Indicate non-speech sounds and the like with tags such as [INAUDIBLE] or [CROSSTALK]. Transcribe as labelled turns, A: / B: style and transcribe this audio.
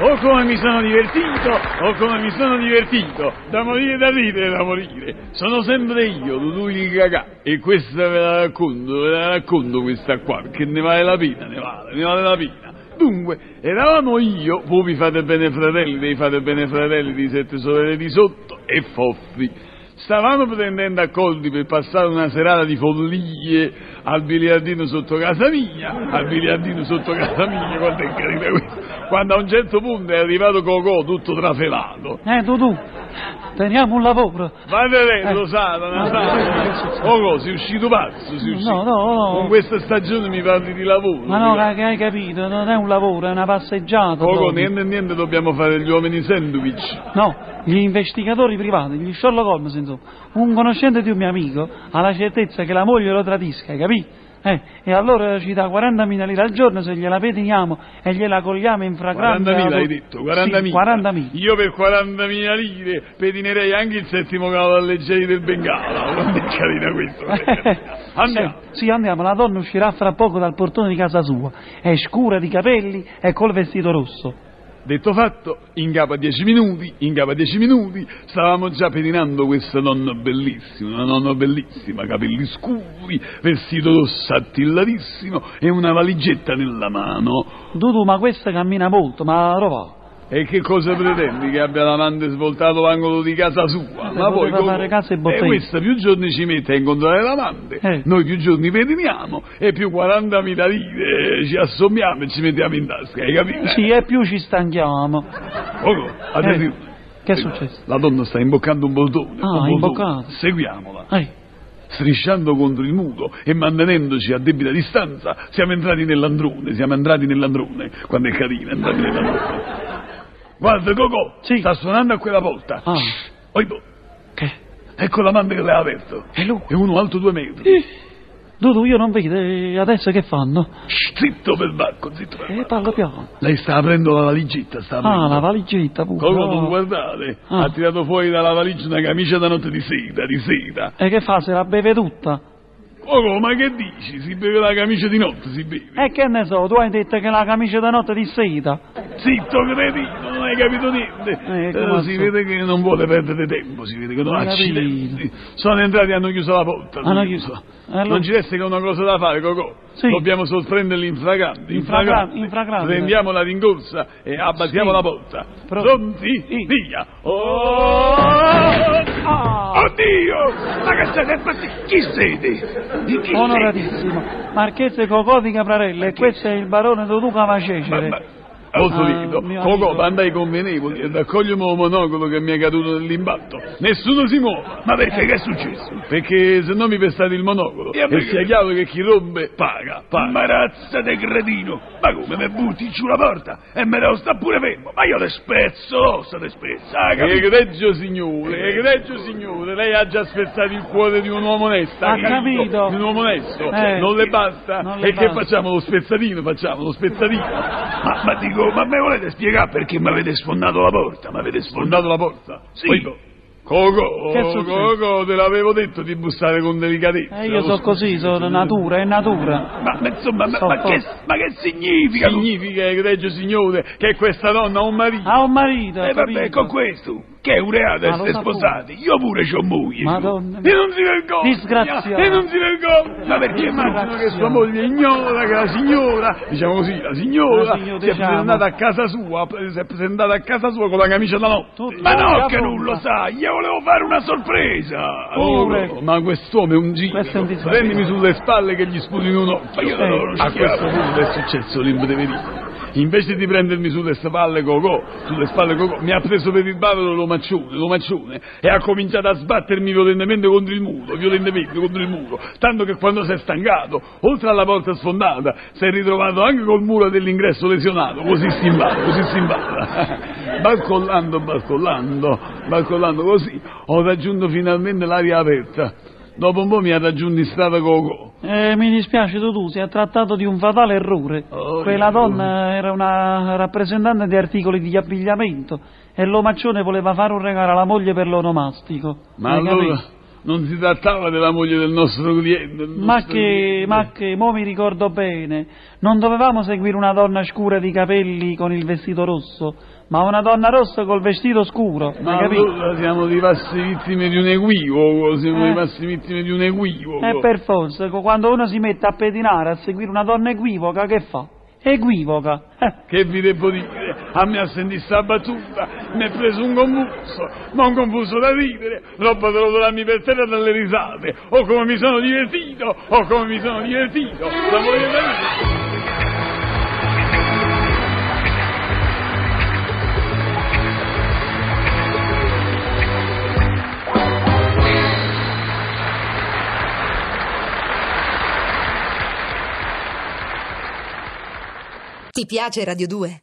A: Oh come mi sono divertito, oh come mi sono divertito, da morire da ridere, da morire. Sono sempre io, Lulu il cagà, e questa ve la racconto, ve la racconto questa qua, perché ne vale la pena, ne vale, ne vale la pena. Dunque, eravamo io, voi vi fate bene fratelli, vi fate bene fratelli di sette sorelle di sotto e Foffi. Stavamo prendendo accordi per passare una serata di follie al biliardino sotto casa mia, al biliardino sotto casa mia, quanto è carina questa, quando a un certo punto è arrivato Cocò tutto trafelato.
B: Eh, tu, tu, teniamo un lavoro.
A: Vai
B: Eh.
A: vedendo, Satana, Satana. Cocò, sei uscito pazzo, sei uscito.
B: No, no, no.
A: Con questa stagione mi parli di lavoro.
B: Ma no, che hai capito, non è un lavoro, è una passeggiata.
A: Poco,
B: Tony.
A: niente, niente, dobbiamo fare gli uomini sandwich.
B: No, gli investigatori privati, gli Sherlock Holmes, insomma. Un conoscente di un mio amico ha la certezza che la moglie lo tradisca, hai capito? Eh, e allora ci dà 40.000 lire al giorno se gliela pediniamo e gliela cogliamo in fragrante...
A: 40.000
B: alla-
A: hai detto,
B: Sì,
A: 40.000.
B: 40.000.
A: Io per 40.000 lire pedinerei anche il settimo cavalleggeri del Bengala. [LAUGHS] Quanto è carina questo. quanto è
B: [LAUGHS]
A: carina. [LAUGHS] Andiamo.
B: Sì, sì, andiamo, la donna uscirà fra poco dal portone di casa sua. È scura di capelli e col vestito rosso.
A: Detto fatto, in capo a 10 minuti, in capo a 10 minuti, stavamo già pedinando questa nonna bellissima, una nonna bellissima, capelli scuri, vestito rosso attillatissimo e una valigetta nella mano.
B: Dudu, ma questa cammina molto, ma roba.
A: E che cosa pretendi che abbia l'amante svoltato l'angolo di casa sua?
B: Eh, poteva fare casa e bottega.
A: questa più giorni ci mette a incontrare l'amante,
B: Eh.
A: noi più giorni pediniamo e più 40.000 lire eh, ci assommiamo e ci mettiamo in tasca, hai capito?
B: Sì, e più ci stanchiamo.
A: Oh, adesso- Ecco,
B: Eh, che è successo?
A: La donna sta imboccando un bottone.
B: Ah,
A: un bottone.
B: imboccato.
A: Seguiamola.
B: Eh,
A: Strisciando contro il muro e mantenendoci a debita distanza, siamo entrati nell'androne, siamo entrati nell'androne. Quando è carina, entrati nell'androne. Guarda, Cocò,
B: Sì.
A: sta suonando a quella porta.
B: Ah.
A: Oi, boh,
B: che?
A: ecco l'amante che l'ha aperto.
B: E lui?
A: È uno alto due metri.
B: Dudu, io non vedo, eh, adesso che fanno?
A: Zitto per bacco, zitto per
B: Eh,
A: bacco.
B: parlo piano.
A: Lei sta aprendo la valigetta, sta aprendo.
B: Ah, la valigetta pure.
A: Cocò, non
B: oh.
A: guardate,
B: Ah.
A: ha tirato fuori dalla valigia una camicia da notte di seta, di seta.
B: E che fa, se la beve tutta?
A: Oh, ma che dici? Si beve la camicia di notte, si beve.
B: E che ne so, tu hai detto che la camicia da notte è di seta.
A: Zitto, cretino, non hai capito niente.
B: Eh,
A: Eh,
B: come al
A: si
B: solito.
A: vede che non vuole perdere tempo, si vede che non
B: Ho
A: ha
B: capito.
A: accidenti. Sono entrati e hanno chiuso la porta.
B: Hanno chiuso. Eh, allora-
A: Non ci resta che una cosa da fare, Cocò.
B: Sì.
A: Dobbiamo sorprenderli in fragrante.
B: In fragrante, in fragrante.
A: Prendiamo la rincorsa e abbattiamo
B: Sì.
A: la porta.
B: Pro-
A: Pronti?
B: Sì.
A: Via. Oh!
B: Ah, Eh.
A: Oddio! Ma che siete fatti? Chi siete? Di chi siete?
B: onoratissimo. Marchese Cocò di Caprarella, e questo è il barone Dudu Cavacecere.
A: Vabbè, Ho solito,
B: Ah, mio
A: Cocò,
B: amico.
A: andai convenevoli e raccogliermi un monocolo che mi è caduto nell'imbatto. Nessuno si muova. Ma
B: Eh.
A: perché che è successo? Perché se no mi pestate il monocolo. E, sia chiaro che chi rompe paga, paga. Ma razza de gradino! Ma come me butti giù la porta? E me lo sta pure fermo! Ma io le spezzo, l'ossa le spezzo, ah, Egregio signore, egregio signore, lei ha già spezzato il cuore di un uomo onesto.
B: Ha capito.
A: Di un uomo onesto. Cioè,
B: Eh.
A: Non le basta?
B: Non le
A: e che
B: basta.
A: facciamo? Facciamo lo spezzatino, facciamo lo spezzatino. Ma, ma dico, ma me volete spiegare perché mi avete sfondato la porta? Mi avete sfondato la porta? Sì. Coco,
B: Che è successo?
A: Coco, te l'avevo detto di bussare con delicatezza.
B: Eh, io so così, sono natura, è natura.
A: Ma, ma insomma, ma,
B: So
A: ma che,
B: poco.
A: ma che significa? Significa, egregio signore, che questa donna ha un marito.
B: Ha un marito,
A: E
B: hai
A: Eh, vabbè,
B: capito?
A: con questo, che è un reato
B: Ma lo
A: essere
B: sa
A: sposati. Io pure c'ho moglie.
B: Madonna
A: E non si vergogna.
B: Disgraziato.
A: E non si vergogna. Ma perché immagino che
B: Disgraziato.
A: sua moglie ignora che la signora, diciamo così, la signora
B: La signor-
A: si è
B: diciamo.
A: presentata a casa sua, pre- si è presentata a casa sua con la camicia da notte.
B: Tutto
A: ma no,
B: la
A: che
B: bomba.
A: non lo sa, io volevo fare una sorpresa.
B: Pure.
A: ma quest'uomo è un giro.
B: Questo è un disastro.
A: Prendimi sulle spalle che gli sputino un occhio.
B: Eh.
A: A Certo, questo punto è successo l'imprevedibile. Invece di prendermi sulle spalle Cocò, sulle spalle Cocò, mi ha preso per il bavero l'omaccione, l'omaccione, e ha cominciato a sbattermi violentemente contro il muro, violentemente contro il muro, tanto che quando si è stancato, oltre alla porta sfondata, si è ritrovato anche col muro dell'ingresso lesionato, così si imballa, così si imballa. [LAUGHS] Barcollando, barcollando, barcollando così, ho raggiunto finalmente l'aria aperta. Dopo un po' mi ha raggiunto in strada Coco.
B: Eh, mi dispiace Tutù, si è trattato di un fatale errore.
A: Oh,
B: Quella
A: io-
B: donna era una rappresentante di articoli di abbigliamento e l'omaccione voleva fare un regalo alla moglie per l'onomastico.
A: Ma
B: Hai
A: allora
B: capito?
A: non si trattava della moglie del nostro cliente. del
B: Ma
A: nostro
B: che,
A: cliente.
B: ma che, mo mi ricordo bene, non dovevamo seguire una donna scura di capelli con il vestito rosso, ma una donna rossa col vestito scuro,
A: Ma
B: hai capito?
A: allora siamo rimasti vittime di un equivoco, siamo
B: Eh.
A: rimasti vittime di un equivoco.
B: E per forza, co- quando uno si mette a pedinare, a seguire una donna equivoca, che fa? Equivoca. Eh,
A: Che vi devo dire? A me ha sentito sta battuta, mi è preso un convulso, ma un convulso da ridere, roba da rotolarmi per terra dalle risate. Oh come mi sono divertito, oh come mi sono divertito, la voglio vedere.
C: Ti piace Radio 2?